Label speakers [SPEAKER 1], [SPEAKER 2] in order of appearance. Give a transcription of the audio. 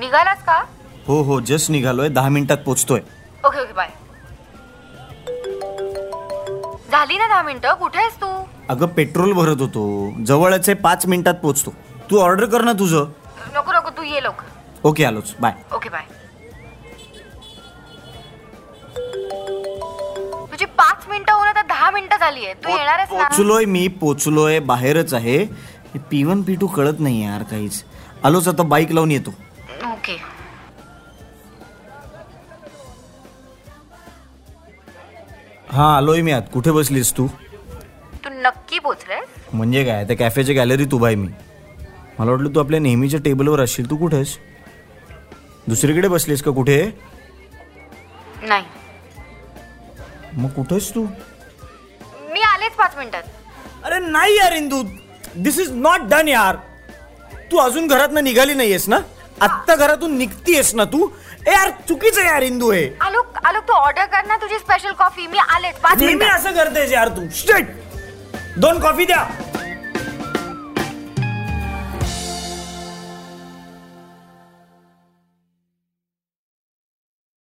[SPEAKER 1] निघालास का
[SPEAKER 2] हो हो जस्ट निघालोय दहा मिनिटात पोचतोय
[SPEAKER 1] ओके ओके बाय झाली ना दहा मिनिटं कुठे आहेस तू
[SPEAKER 2] अगं पेट्रोल भरत होतो जवळच आहे पाच मिनिटात पोचतो तू ऑर्डर कर ना तुझं
[SPEAKER 1] नको नको तू ये लोक
[SPEAKER 2] ओके आलोच बाय
[SPEAKER 1] ओके बाय तुझी पाच मिनिटं होऊन आता दहा मिनिटं झाली आहे तू येणार आहेस ना
[SPEAKER 2] पोचलोय मी पोचलोय बाहेरच आहे पी वन पी टू कळत नाही यार काहीच आलोच आता बाईक लावून येतो
[SPEAKER 1] ओके
[SPEAKER 2] हां आलोय मी आत कुठे बसलीस तू
[SPEAKER 1] तू नक्की पोचलेस
[SPEAKER 2] म्हणजे काय त्या कॅफेच्या गॅलरीत उभा आहे मी मला वाटलं तू आपल्या नेहमीच्या टेबलवर असशील तू कुठे आहेस दुसरीकडे बसलीस का कुठे
[SPEAKER 1] नाही
[SPEAKER 2] मग कुठेस तू
[SPEAKER 1] मी आलेच पाच मिनिटात
[SPEAKER 2] अरे नाही यार Indu this is not done यार तू अजून घरातनं निघाली नाहीयेस ना आत्ता घरातून निघतीयेस ना तू ए यार चुकीचं आहे यार इंदू हे
[SPEAKER 1] आलोक आलोक तू ऑर्डर कर ना तुझी स्पेशल कॉफी मी आलेच पाच
[SPEAKER 2] नेहमी
[SPEAKER 1] मिनिटात
[SPEAKER 2] असं करतेस यार तू स्ट्रेट दोन कॉफी द्या